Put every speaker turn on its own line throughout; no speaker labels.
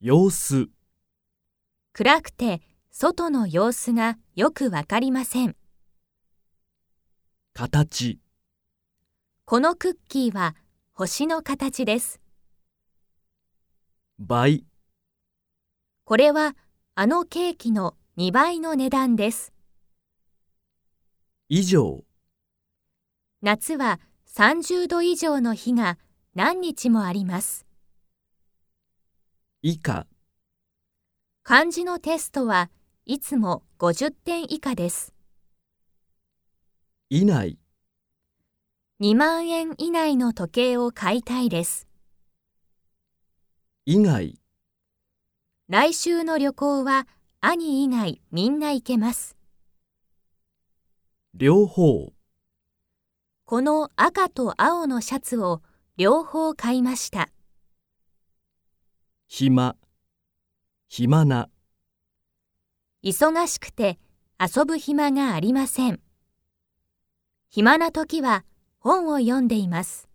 様子、
暗くて外の様子がよくわかりません。
形、
このクッキーは星の形です。
倍、
これはあのケーキの2倍の値段です。
以上、
夏は30度以上の日が何日もあります。
以下、
漢字のテストはいつも50点以下です。
以内、
2万円以内の時計を買いたいです。
以外、
来週の旅行は兄以外みんな行けます。
両方、
この赤と青のシャツを両方買いました。
暇、暇な、
忙しくて遊ぶ暇がありません。暇な時は本を読んでいます。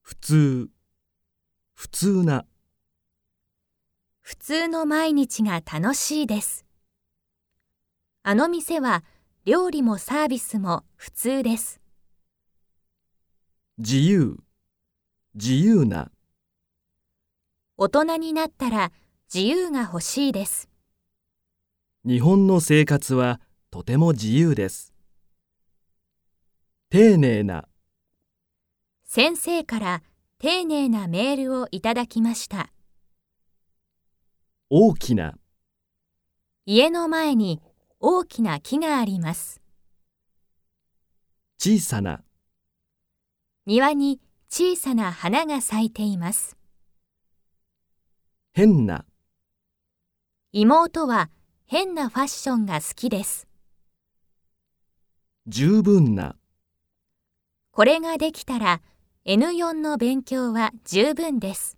普通、普通な、
普通の毎日が楽しいです。あの店は料理もサービスも普通です。
自由、自由な、
大人になったら自由が欲しいです。
日本の生活はとても自由です。丁寧な、
先生から丁寧なメールをいただきました。
大きな、
家の前に大きな木があります。
小さな、
庭に小さな花が咲いています。
変な、
妹は変なファッションが好きです。
十分な、
これができたら N4 の勉強は十分です。